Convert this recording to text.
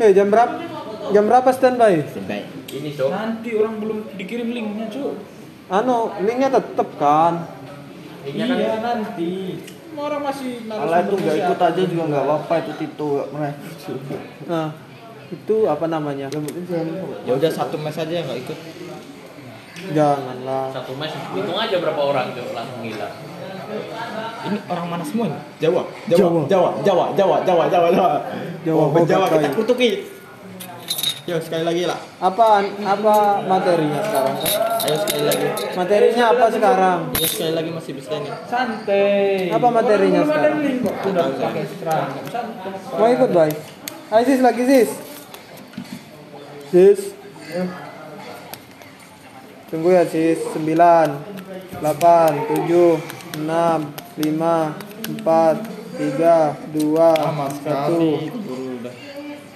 Hei, jam berapa? Jam berapa standby? Standby. Ini cok. Nanti orang belum dikirim linknya cu Anu, linknya tetep kan? Linknya kan Iya nanti Orang masih Kalau itu nggak ikut aja aja juga nggak apa-apa itu Tito nggak pernah. Nah, itu apa namanya? Yang penting jangan lupa. Ya udah satu mes aja nggak ikut. Janganlah. satu mes hitung aja berapa orang cok langsung hilang. Ini orang mana semua ini? Jawa, Jawa, Jawa, Jawa, Jawa, Jawa, Jawa, Jawa. Jawa, Oh, Jawa Bogotai. kita kutuki. Yo sekali lagi lah. Apa apa materinya sekarang? Ayo sekali lagi. Materinya apa sekarang? Ayo sekali lagi masih bisa nih. Santai Apa materinya Orang belum ada sekarang? link kok Udah pakai serang Santai Mau ikut, Bay? Ayo sis lagi sis. Sis. Tunggu ya sis. 9 8 7 6 5 4 3 2 Sama sekali 1